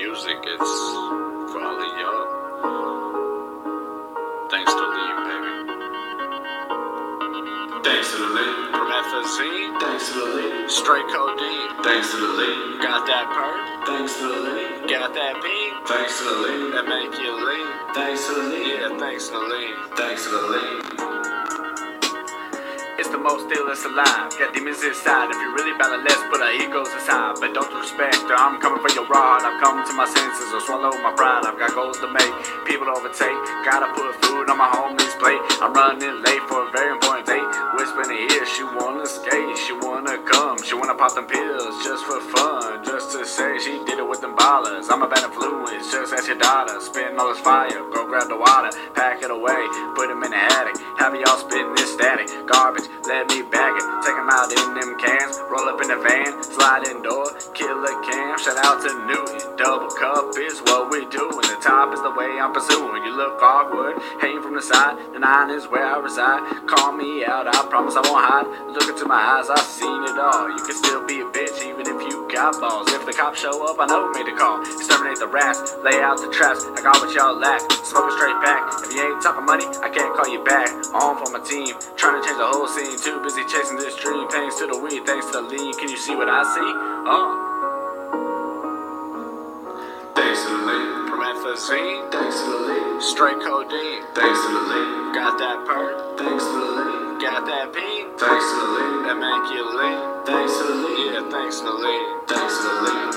It's probably y'all. Thanks to Lee, baby. Thanks to the lady. Promethazine, Thanks to the lady. straight codeine. Thanks to the lady. Got that perk, Thanks to the lady. got that pee, Thanks to the lady. that make you lean. Thanks to the lady. Yeah, thanks to Lee. Thanks to the lady. It's the most illest alive. Got demons inside. If you really battle, let's put our egos aside. But don't respect, or I'm coming for your rod. I've come to my senses, or swallow my pride. I've got goals to make, people to overtake. Gotta put food on my homie's plate. I'm running late for a very important date. Whispering in her ear, she wanna stay, she wanna come, she wanna pop them pills just for fun, just to say she did it with them ballers. I'm a bad influence, just ask your daughter. Spitting all this fire, go grab the water, pack it away, put them in the attic. Have y'all spitting this static garbage? Let me bag it, take 'em out in them cans, roll up in the van, slide in door, kill a cam. Shout out to Newton, double cup is what we do, and the top is the way I'm pursuing. You look awkward, hanging from the side. The nine is where I reside. Call me out, I promise I won't hide. Look into my eyes, I've seen it all. You can still be a bitch even if you got balls. If the cops show up, I know who made the call. Exterminate the rats, lay out the traps. I got what y'all lack. Smoke it straight back. If you ain't talking money, I can't call you back. On for my team, trying to change the whole scene. Too busy chasing this dream. Thanks to the weed, thanks to the lean. Can you see what I see? Oh. Thanks to the lady. Promethazine, Thanks to the lady. straight codeine. Thanks to the lady. Got that perk, Thanks to the lady. got that pee, Thanks to the lady. that make you lean. Thanks to the lady. Yeah, thanks to Lee. Thanks to the lady.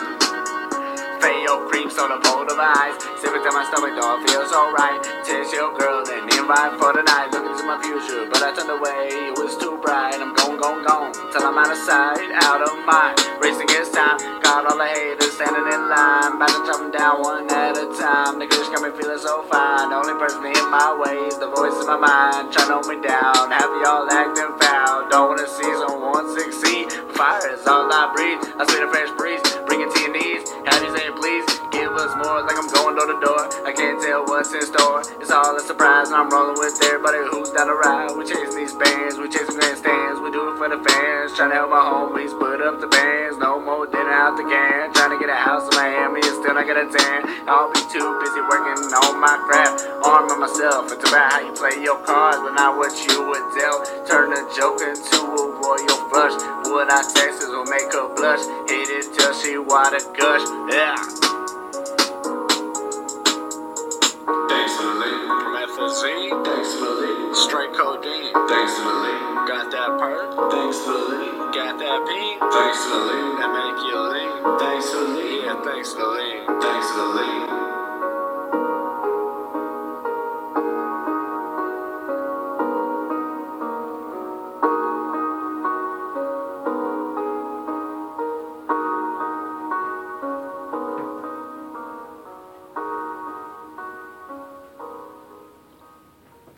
Fail cream soda polarized. Sip it to my stomach, dog feels alright. Taste your girl and invite for the night. Look into my future, but I turned away. It was too bright. I'm gone, gone, gone. Till I'm out of sight, out of mind. Racing against time. Got all the haters standing in line. About to chop 'em down one at a time. The girls got me feeling so fine. The only person in my way is the voice in my mind. Trying to hold me down. Have y'all acting foul. Don't wanna see someone succeed. Fire is all I breathe. I see the fresh breeze. Bring it to your knees. Have you say please? Give us more like I'm going door to door. I can't tell what's in store. It's all a surprise, and I'm rolling with everybody who's down to ride. We chasing these bands, we chasing grandstands, we do it for the fans. Trying to help my homies put up the bands. No more dinner out the can. Trying to get a house in Miami and still not get a tan. I'll be too busy working on my craft, arming myself. It's about how you play your cards, but not what you would tell. Turn a joke into a royal flush. What I text is will make her blush. Hit it till she water gush. Yeah. Thanks to the lady. Promethazine, Thanks to the lady. straight codeine. Thanks to the lady. Got that perk, Thanks to the lady. got that pee, Thanks to the lady. that make you lean. Thanks to the lady. Yeah, thanks to Lee. Thanks to the lady.